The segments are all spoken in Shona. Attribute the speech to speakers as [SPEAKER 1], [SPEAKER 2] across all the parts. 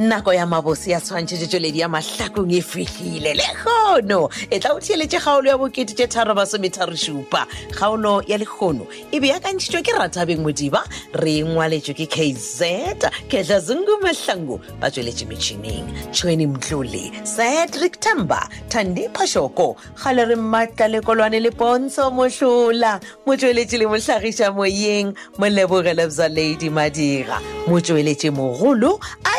[SPEAKER 1] nako ya mabose ya tshwantšhetše tšweledi ya mahlakong e fitlhile le kgono e tla o theeletše kgaolo ya bokete tše tharo basometharo šupa kgaolo ya lekgono e beakantšhitšwe ke ratabeng modiba re e ngwaletšwe ke kz kehla zungu mahlango ba tsweletše metšhineng tšhweni mtlole cedric tamba thandi phashoko kgale re mmatla lekolwane le pontsho mohlola motsweletše le mohlagiša moyeng molebogele bza lady madira motsweletše mogolo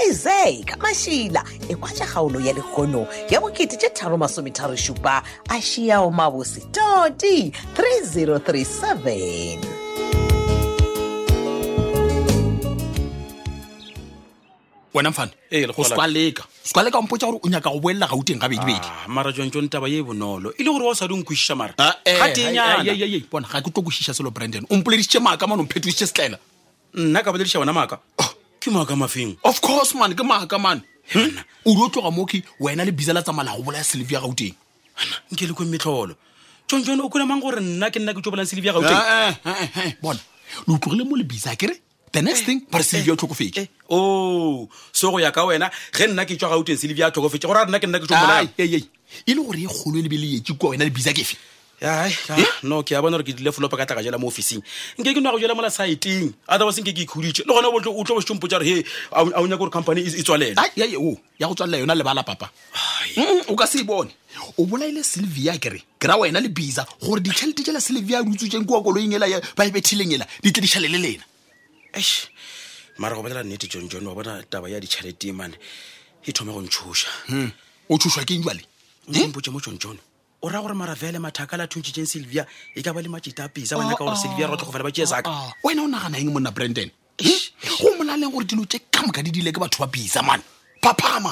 [SPEAKER 1] isaac mašila e kwatša kgaolo ya lekgono ya bokete tše tharo masometharo šupa a šiao mabose toti 3037
[SPEAKER 2] wena mfane
[SPEAKER 3] Ee,
[SPEAKER 2] go
[SPEAKER 3] Lekgowa la-
[SPEAKER 2] sekwaleka sekwaleka o mpotsa gore o nyaka go boelela gauteng gabedibedi
[SPEAKER 3] Ah, mara tswantsone taba ye e bonolo e le gore wa o sa di nkwešiša mara
[SPEAKER 2] Ah, eh,
[SPEAKER 3] ga
[SPEAKER 2] ai, ai,
[SPEAKER 3] tenyana
[SPEAKER 2] ai, ai, bona ga ke tlo kosiša selo brandon o mpoleditše maaka mane o mphetoditše setlaela
[SPEAKER 3] nna ka boledisa wena maaka Oh, ke maaka mafeng
[SPEAKER 2] of course mane ke maaka mane Hmm? o di o tloga moke wena le bisa la tsamaya la go bolaya selevia gauteng
[SPEAKER 3] nke le kwemetlholo tswantsone o kole mang gore nna ke nna ke tsobolang selebi ya gauteng
[SPEAKER 2] Ah, eh, eh, eh, bona le utlogile mo le bisa kere the next thing bare selevia o tlhokofetse
[SPEAKER 3] o so Oh, go ya ka wena ge nna ke tswa gauteng selebi ya tlhokofetse gore a nna ke nna ke
[SPEAKER 2] Ai,
[SPEAKER 3] tsobolang
[SPEAKER 2] ai, ai. e le gore e kgolo e lebe le etse kua wena le bisa kefe Eh?
[SPEAKER 3] no ke a bona gore ke dile folopa ka tla ka jela mo officing nke ke no ya go jela mola saeteng otherwise nke ke ikhuditše le gona o tlo- o tlo bosompotsa gore he a o a o nyaka gore company e e tswalele
[SPEAKER 2] Ai, ai, ai, o, ya go tswalela yona lebala papa Mm, o ka se e bone o bolaile sylvia kere kera wena le bisa gore ditšhelete tšela sylvia rutsutseng kua koloing ela ya- ba e bethileng ela di tle dišhale le lena
[SPEAKER 3] Eish, mara go bolela nnete john john wa bona taba ya ditšhaleteng mane e thoma go ntshoša
[SPEAKER 2] Mm, o tshoswa keng jale
[SPEAKER 3] mpotse mo john john o raya gore maravele mathaka a le a thuntšhitšeng sylvia e ka ba le matšita a pisa ba nyaka gore sylvia re batlogofela ba tšee saka
[SPEAKER 2] Ah, wena o nagana eng monna brandon Mm, go molaleng gore dilo tse ka moka di dile ke batho ba bisa mane phaphama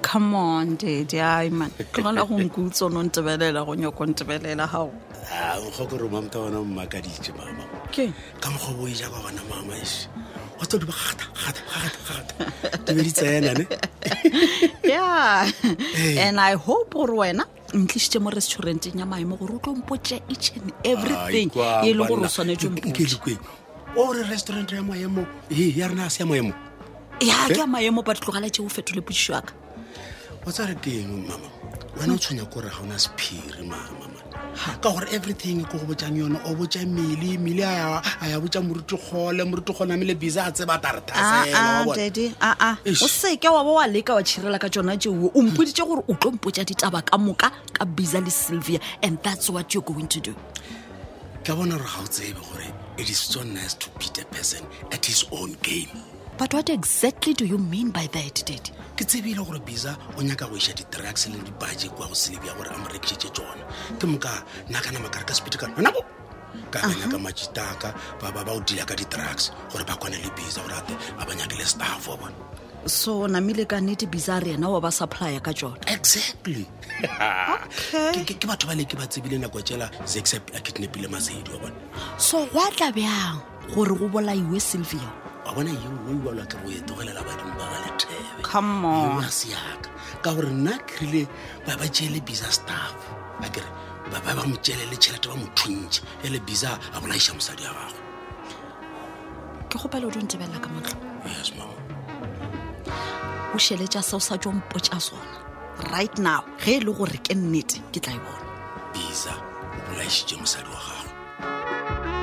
[SPEAKER 4] come on dadi ai man tlogela go nkutse o ne o ntebelela go nyako ntebelela gago
[SPEAKER 3] Ah, nkgo kore mamta ona mmakaditše mama
[SPEAKER 4] ke
[SPEAKER 3] ka mokgobo e jaka gona mama es wa tsa diba gata di be di tsenane
[SPEAKER 4] ya and i hope gore wena ntlisitse mo restauranteng ya maemo gore o tlo mpotse each and everything e le gore o tshwanetse mpotse
[SPEAKER 3] ore restaurant ya maemo ee, ya rena a se ya maemo
[SPEAKER 4] ya
[SPEAKER 3] Eh?
[SPEAKER 4] ke a maemo ba tlogela tse o fetole potsiso aka
[SPEAKER 3] o tsare keng mama wena o tshwenya kore ga ona sephiri mama man. ka gore everything ko go botsang yone o botsa mmele mmele a ya- a ya botsa morutikgole morutikgole a mele bisa a tseba
[SPEAKER 1] Ah,
[SPEAKER 3] taretasela
[SPEAKER 4] dadi aa
[SPEAKER 3] Eish.
[SPEAKER 4] o seke wa ba wa leka wa tšhirela ka tsona tseo o mpoditse gore o tlo mpotsa ditaba ka moka ka bisa le sylvia and that's what you're going to do
[SPEAKER 3] ka bona gore ga o tsebe gore it is so nice to beat a person at his own game
[SPEAKER 4] but what exactly do you mean by that dadi
[SPEAKER 3] ke tsebile gore bisa o nyaka go iša di-drugs le dibudget kwa go selebja gore a mo rekišetse tsona ke moka nakana makare ka sepete ka nako ka ba nyaka majitaka ba ba ba o dila ka di-drugs gore ba kwane le bisa gore ate ba ba nyake le staff wa bone
[SPEAKER 4] so namile ka nnete bisa re ena wa ba supplya ka tsona
[SPEAKER 3] exactly Ke- ke ke batho ba le ke ba tsebile nako tsela zaxap a kidnapile masedi wa bone
[SPEAKER 4] so go a tla bjang gore go bolaiwe sylvia
[SPEAKER 3] wa bona yeo o iwalwa ke re o etogelela badimo ba ba lethebe
[SPEAKER 4] Come on.
[SPEAKER 3] a seaka ka gore nna kerile ba ba tseele bisa staff a kere ba ba ba mo tseele le tšhelete ba mo thuntšhe e le bisa a bolaiša mosadi wa gagwe
[SPEAKER 4] ke gopela o di ntebelela ka motlho
[SPEAKER 3] yes mama
[SPEAKER 4] o šheletša seo sa tso mpotša sona right now ge e le gore ke nnete ke tla e bona
[SPEAKER 3] bisa o bolaišitše mosadi wa gagwe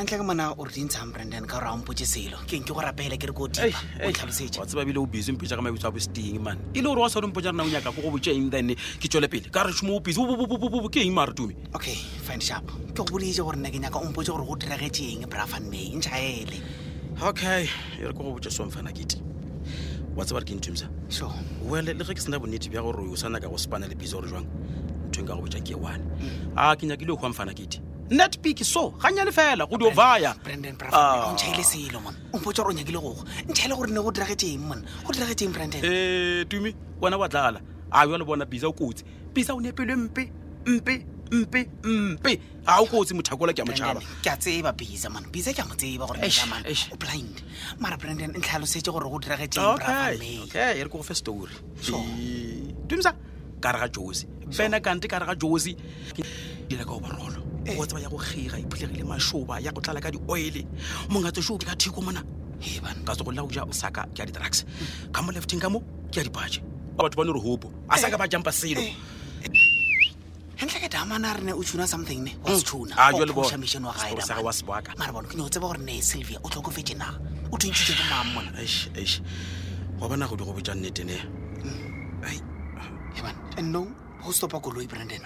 [SPEAKER 5] antle ke mona o re dintshang brandon ka gore a ompotse selo ke eng ke go rapele ke re ko dipa o tlhalosetse
[SPEAKER 3] tseba bile o busy mpetsa ka mabitso a bosting mane e le gore wa sa rempotsa rena o nyaka ko go botsa eng then ke tswele pele ka re somo o busy Bo-bo-bo-bo-bo-bo, ke eng mare tume
[SPEAKER 5] okay fine sharp ke go boditse gore nna ke nyaka ompotse gore go diragetse eng brafan may ntšhaele
[SPEAKER 3] okay e re ko go botsa somfana kete wa tseba re ke nthumsa
[SPEAKER 5] so
[SPEAKER 3] wele le ge ke sena bonnete bja Mm. gore o sa nyaka go spana le bisa gore jwang ntho e nka go botsa ke e one a ke nyakile o hwamfana kete netpeak so gannyane fela go dio baya
[SPEAKER 5] branden
[SPEAKER 3] Ah.
[SPEAKER 5] brafo ntšhaele selo mona o mpotsa gore o nyakile gogo ntšhaele gore ne go diragetseng mona go diragetseng branden
[SPEAKER 3] um tumi wena wa dlala a yo le bona bisa o kotsi bisa o nepelwe mpe mpe mpe mpe a o kotsi mothakola ke a motšhaba
[SPEAKER 5] Brandon, ke a tseba bisa man bisa ke a mo tseba gore
[SPEAKER 3] Eish,
[SPEAKER 5] bisa man
[SPEAKER 3] eish.
[SPEAKER 5] o blind mara branden ntlhalosetse gore go diragetseng
[SPEAKER 3] okay
[SPEAKER 5] brafa me
[SPEAKER 3] okay e re ke go fe story
[SPEAKER 5] Sure.
[SPEAKER 3] Eh, tumisa ka re ga josi bena kante ka re ga josi dira ka obarolo go tseba ya go kgega e phulegile mašoba ya go tlala ka di-oile mongatso soo ka theko mona he bana ka tsogolela go ja saka ke a di-drugs ka mo lefteng ka mo ke a dipatše a batho ba ne re hopo a saka ba jampa selo
[SPEAKER 5] gantle ka damana a re ne o tuna something ne wa se tuna
[SPEAKER 3] Ah,
[SPEAKER 5] O
[SPEAKER 3] jwale bona.
[SPEAKER 5] phusha mission wa gae
[SPEAKER 3] Story sa
[SPEAKER 5] da
[SPEAKER 3] gae wa
[SPEAKER 5] man.
[SPEAKER 3] se baka.
[SPEAKER 5] mara bone ke nyao tseba gore ne sylvia o tlhokofetse na o thuntsitse ke mang mona
[SPEAKER 3] Eish, eish. wa bona go di go botja nnetene ai
[SPEAKER 5] eman no go stopa koloi branden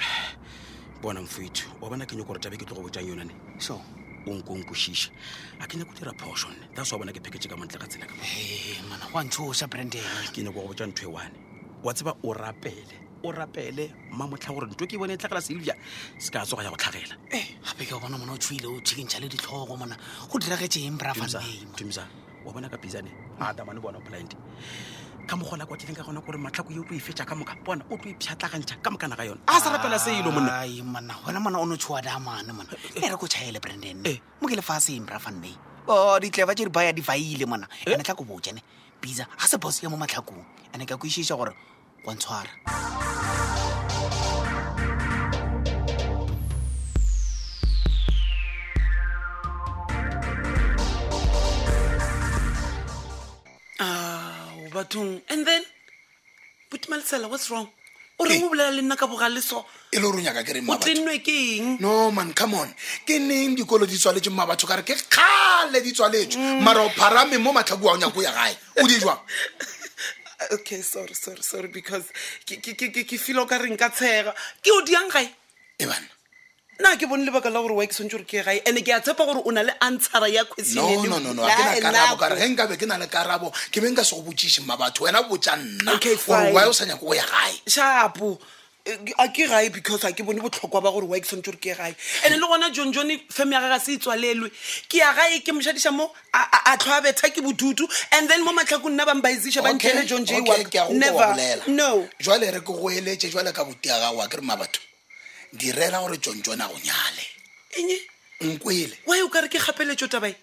[SPEAKER 3] bona mfoitho wa bona ke nyako gore tabe ke tlo go botjang yonane
[SPEAKER 5] so
[SPEAKER 3] o nko nkošiša a ke nyako dira phoso nne that's wa bona ke pheketse ka montle ka tsela ka mo.
[SPEAKER 5] e mana go a ntshosa branden
[SPEAKER 3] ke nyako go botja ntho e one wa tseba o rapele o rapele mmamotlha gore nto ke bone e tlhagela sylvia se ka tsoga ya go tlhagela
[SPEAKER 5] Eh, gape ke o bona mona o tshwile o tšhikentšha le ditlhogo mona go diragetseng brafa
[SPEAKER 3] Tumsa,
[SPEAKER 5] name
[SPEAKER 3] tumsa wa bona ka pisane a tamane bona blind ka mogola kwa tlileng ka gona gore matlhako ye o tlo e fetsa ka moka bona o tlo e pšhatlagantšha ka mokana ga yona a sa rapela e selo monna
[SPEAKER 5] ai monna wena mona o ne o tshwa damane mona e re ko tšhaele branden
[SPEAKER 3] Eh.
[SPEAKER 5] mo ke lefaseng brafan may o ditleva tše di baya di faile mona
[SPEAKER 3] Eh.
[SPEAKER 5] ene tla ko bojane bisa ga se bos ya mo matlhakong ene ka kwešiša gore wa ntshwara
[SPEAKER 6] ao bathong and then botimalesela what's wrong o reng o bolela le nna ka bogale so
[SPEAKER 2] e le gore o nyaka kere
[SPEAKER 6] o tlennwe ke eng
[SPEAKER 2] no man come on ke neng dikolo di tswaletswe mma batho ka re ke kgale di tswaletswe
[SPEAKER 3] Mm.
[SPEAKER 2] mara o pharame mo matlhako ao nyako ya gae o di jwang
[SPEAKER 6] Uh, okay sorry sorry sorry because ke- ke- ke ke- ke feel o ka reng ka tshega ke o diang gae
[SPEAKER 2] e bana
[SPEAKER 6] nna ke bone lebaka la gore wa e ke swantse gore ke ye gae and ke a tshepa gore o na le answera ya
[SPEAKER 2] no
[SPEAKER 6] question
[SPEAKER 2] no no no ga ke na karabo ka re ge nkabe ke na le karabo ke be nka se go botsiše mma batho wena botsa nna
[SPEAKER 6] Okay,
[SPEAKER 2] gore
[SPEAKER 6] fine.
[SPEAKER 2] wy o sa nyako go ya gae
[SPEAKER 6] shapo a ke gae because ga ke bone botlhokwa ba gore wa ke swantse gore ke ye gae and le gona john john fam ya gaga se e tswalelwe ke ya gae ke mošadiša mo a- a a tlho a betha ke bodutu and then mo matlhakong nna ba mbaizisha ba
[SPEAKER 2] Okay,
[SPEAKER 6] ntlele john j
[SPEAKER 2] okay, ke a go kwa bolela.
[SPEAKER 6] no
[SPEAKER 2] jwale re ke go eletse jwale ka botia gago a ke re mma batho direla gore tsontsone a go nyale
[SPEAKER 6] enye
[SPEAKER 2] nkwele
[SPEAKER 6] wy o ka re ke kgapeletso tabae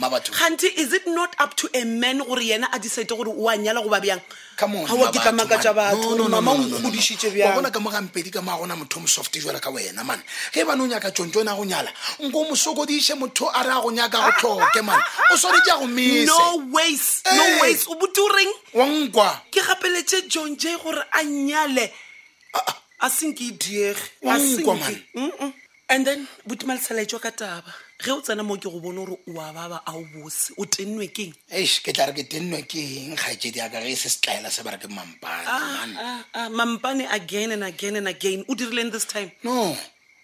[SPEAKER 2] mma batho
[SPEAKER 6] gante is it not up to a man gore yena a decide gore o a nyala goba bjang
[SPEAKER 2] Come on,
[SPEAKER 6] Ga wa ke
[SPEAKER 2] mma
[SPEAKER 6] ka makatša
[SPEAKER 2] man.
[SPEAKER 6] batho,
[SPEAKER 2] No, no, no,
[SPEAKER 6] mama
[SPEAKER 2] no, no, no,
[SPEAKER 6] o
[SPEAKER 2] no.
[SPEAKER 6] nkgodišitše
[SPEAKER 2] Wa
[SPEAKER 6] bjang.
[SPEAKER 2] bona ka mo gampedi ka maa gona motho o mosoft jwale ka wena man ge bane o nyaka tsontsone a go nyala nko mo sokodiše motho a re a go nyaka a go tlhoke man o swanetse a go mese
[SPEAKER 6] no ways no
[SPEAKER 2] Eh.
[SPEAKER 6] ways o bote o reng
[SPEAKER 2] wa nkwa
[SPEAKER 6] ke gapeletse john j gore a nyale a seng ke e diege
[SPEAKER 2] Wa
[SPEAKER 6] a
[SPEAKER 2] nkwa, man.
[SPEAKER 6] senke mm. and then botimaleselaetswa ka taba ge o tsena mo ke go bone gore o a baba a o bose o tennwe keng
[SPEAKER 2] eish ke tla re ke tennwe ke eng kgaetsedi aka ge e se setlaela se ba re ke mampane man
[SPEAKER 6] Ah, mampane again and again and again o dirileng this time
[SPEAKER 2] no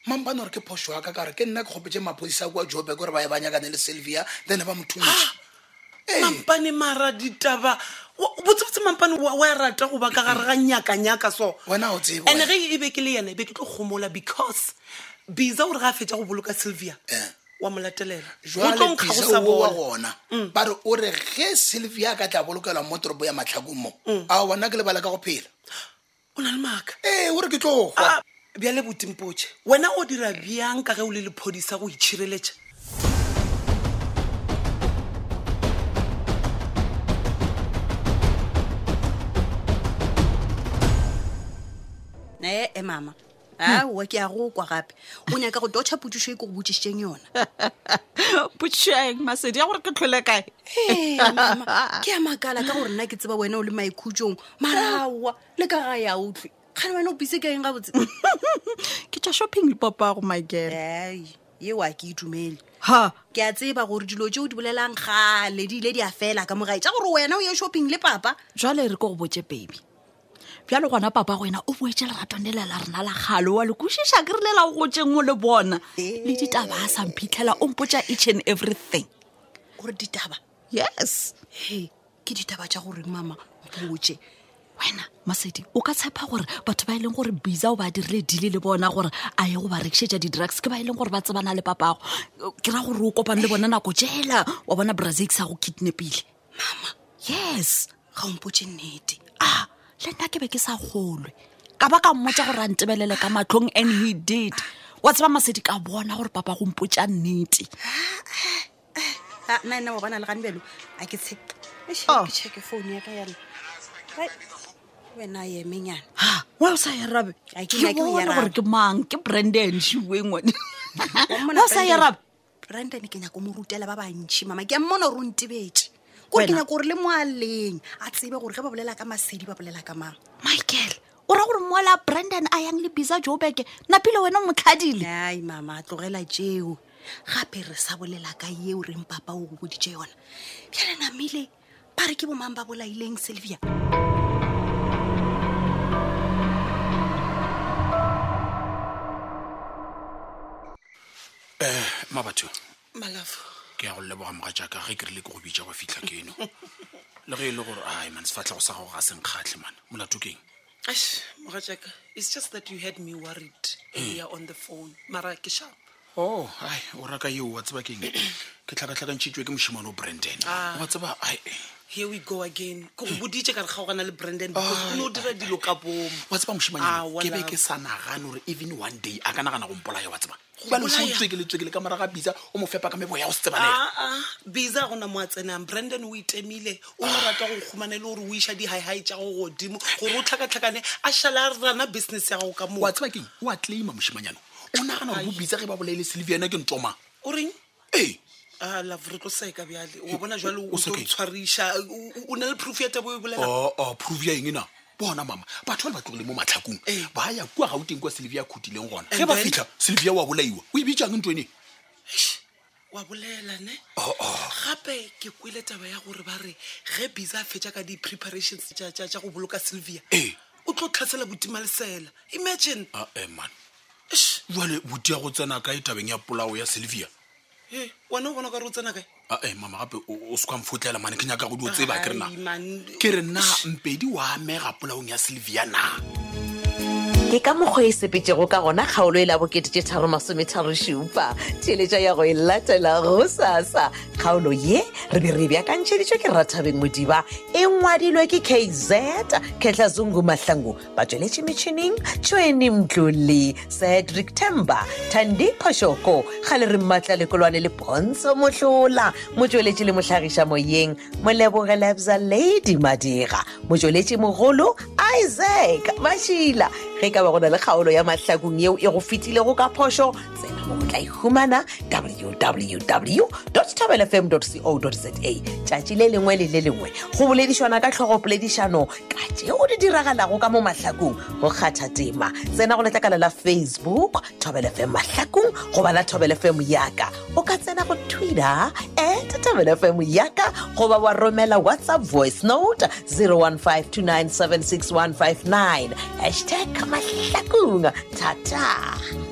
[SPEAKER 2] mampane gore ke phoso aka ka gore ke nna ke kgopetse maphodisa kwa jobe gore ba e ba nyakane le sylvia then ba
[SPEAKER 6] Ah!
[SPEAKER 2] mothuntšhe
[SPEAKER 6] mampane mara ditaba wa- botsebotse mampane wa wa e rata go ba ka gare ga nyakanyaka so
[SPEAKER 2] Wena ha o tsebe,
[SPEAKER 6] and
[SPEAKER 2] wena.
[SPEAKER 6] ge e be ke le yena e be ke tlo gomola because bisa gore ga a fetsa go boloka sylvia
[SPEAKER 2] Eh.
[SPEAKER 6] wa mo latelela o tlo
[SPEAKER 2] jwale
[SPEAKER 6] nkga go
[SPEAKER 2] pisa
[SPEAKER 6] sa Mm.
[SPEAKER 2] oo wa
[SPEAKER 6] bona
[SPEAKER 2] gona ba re o re ge sylvia a ka tla bolokelwa mo toropo ya matlhakong mo
[SPEAKER 6] Mm.
[SPEAKER 2] a wona ke lebala ka go phela
[SPEAKER 6] o na le maaka
[SPEAKER 2] ee o re ke tlogwa
[SPEAKER 6] Ah, bjale botimpotse wena o dira bjang ka ge o le lephodisa go itšhireletša
[SPEAKER 7] ee e mama a wa ke ya go kwa gape o nyaka go dotšha potišo e ko go botsišitšeng yona
[SPEAKER 1] potšeng masedi ya gore ke tlhole kae
[SPEAKER 7] Hei, Eh, mama, ke a makala ka gore nna ke tseba wena o le maikhutšong marawa le ka ga ya utlwe kgane wena o bise ke eng ga botse
[SPEAKER 1] ke tša shopping lepopago makela
[SPEAKER 7] ai eo a ke itumele
[SPEAKER 1] ha
[SPEAKER 7] ke a tseba gore dilo tse o di bolelang gale di ile di a fela ka mogae tša gore wena o ye shopping le papa
[SPEAKER 1] jale re ko go botse baby bjale gona papa wena o boetse leratong le lela rena la gale wa le kwešiša ke rile la o gotseng o le bona le ditaba a sa mphitlhela o mpotsa each and everything
[SPEAKER 7] gore ditaba
[SPEAKER 1] yes
[SPEAKER 7] he ke ditaba tša gore mama botse
[SPEAKER 4] wena masedi o ka tshepa gore batho ba e leng gore bisa o ba dirile dile le bona gore a ye go ba rekišetša di-drugs ke ba e leng gore ba tsebana le papago ke ra gore o kopane le bona nako jela wa bona brazix a go kidnapile mama yes
[SPEAKER 7] ga ompotse nnete
[SPEAKER 4] a le nna ke be ke sa kgolwe ka ba ka mmotsa gore a ntebelele ka matlhong and he did wa tseba masedi ka bona gore papa go mpotsa nnete
[SPEAKER 7] Ah, nna ena wa bona le ganebelo a ke tshepe
[SPEAKER 4] Oh.
[SPEAKER 7] ke checke phone ya ka yana wena a emenyana
[SPEAKER 4] Ha, wa o sa e rabe
[SPEAKER 7] Ai,
[SPEAKER 4] ke
[SPEAKER 7] ke nna ke o e
[SPEAKER 4] bone
[SPEAKER 7] arabe.
[SPEAKER 4] gore ke mang ke branden shiwengwane
[SPEAKER 7] Wa
[SPEAKER 4] wa o sa e rabe
[SPEAKER 7] branden ke nyako mo rutela ba bantšhi mama ke a mmona gore o ntebetse kore ke
[SPEAKER 4] Wena.
[SPEAKER 7] nyako gore le mo a leng a tsebe gore ge ba bolela ka masedi ba bolela ka mang
[SPEAKER 4] michael o ra gore moela branden a yang le bisa jobeke napile wena o motlhadile
[SPEAKER 7] ai mama a tlogela tšeo gape re sa bolela ka yeo reng papa o go boditše yona bjale namile ba re ke bomang ba bolaileng sylvia
[SPEAKER 3] Eh, mabatho
[SPEAKER 6] malafo
[SPEAKER 3] ke ya go leboga moga jaaka ge kerile ke go bitsa go fitlha keno le ge e le gore ai man sefatlhago sa gago ga senkgatlhe mana molato keng
[SPEAKER 6] ash mogajaka it's just that you had me worried earlier on the phone mara ke sharp
[SPEAKER 2] Oh,
[SPEAKER 3] o ai o raka eo wa tseba keng ke tlhakatlhakantšhitswe ke mošimane o branden
[SPEAKER 6] Ah.
[SPEAKER 3] wa tseba ai
[SPEAKER 6] here we go again ke go boditse ka re gaogana le brandon because o ne o dira dilo ka bomo
[SPEAKER 2] wa tseba
[SPEAKER 6] Ah,
[SPEAKER 2] mošimanyana
[SPEAKER 6] wa
[SPEAKER 2] ke be
[SPEAKER 6] lapa.
[SPEAKER 2] ke sa nagane gore even one day a ka nagana go mpolaya wa tseba
[SPEAKER 6] Go
[SPEAKER 2] bale se o
[SPEAKER 6] mpolaya? Ah.
[SPEAKER 2] tswekele-tswekele ka moraga bitsa o mo fepa ka meboya o se tsebalela
[SPEAKER 6] aa bisa gona mo a tsenang brandon o itemile o ne rata go kgomane le gore o iša di-hihi tja go godimo gore o tlhakatlhakane a šala a rana business ya gago ka
[SPEAKER 2] wa
[SPEAKER 6] moo
[SPEAKER 2] tseba keng o a claima mošimanyana o nagana gore bo bitsa ge ba bolaele sylviana ke ntomang
[SPEAKER 6] o reng
[SPEAKER 2] ee
[SPEAKER 6] a love re tlo seka bjale wa bona jalo
[SPEAKER 2] O Oh.
[SPEAKER 6] o
[SPEAKER 2] se
[SPEAKER 6] tlo
[SPEAKER 2] keng?
[SPEAKER 6] tshwariša O- o- o na le proof ya tabo e bolela
[SPEAKER 2] oo proof ya eng na bona mama batho ba le ba tlogile mo matlhakong
[SPEAKER 6] Eh.
[SPEAKER 2] ba ya kua gauteng kwa sylvia a khutileng gona
[SPEAKER 6] And
[SPEAKER 2] ge ba
[SPEAKER 6] then?
[SPEAKER 2] fitlha sylvia wa bolaiwa o e bitsang ntw ene Oh,
[SPEAKER 6] wa bolela ne gape ke kwele taba ya gore ba re ge bisa a fetša ka di-preparations tja- tja tja go boloka sylvia
[SPEAKER 2] Ee.
[SPEAKER 6] o tlo tlhasela botima lesela imagine
[SPEAKER 2] ae eh, man jale botia go tsena kae tabeng ya polao ya sylvia
[SPEAKER 6] e wena o bona ka re o tsena kae
[SPEAKER 2] ae mama gape o se kwamfotlela mane ke nyaka go dio tseba ke rena
[SPEAKER 6] Ai, man.
[SPEAKER 2] ke re na mpedi wa amega polaong ya sylvia na
[SPEAKER 1] ke ka mokgwa e sepetsego ka gona kgaolo e la bokete tše tharo masometharo šupa theletša ya go e latela go sasa kgaolo ye re be re beakantšheditšwe ke rathabeng modiba e ngwadilwe ke kz kgetlha zungu mahlangu ba tsweletše metšhineng tšweni mtlole cedric temba tandi phošoko kgale re mmatla lekolwane le pontsho mohlola motsweletši le mohlagiša moyeng molebogelebza lady madira motsweletši mogolo isaac bašila ge ka ba go na le kgaolo ya mahlakong yeo e go fetilego ka phošo tsena mo go tla ihumana www tabelfm co za tšatši le lengwe le le lengwe go boledišana ka tlhogopoledišano ka tšeo di diragalago ka mo mahlakong go kgatha tema tsena go letlakala la facebook tobelfm mahlakong goba la tobelfm yaka o ka tsena go twitter at tobelfm yaka goba wa romela whatsapp voice note 01529766159 hashtag mahlakong thata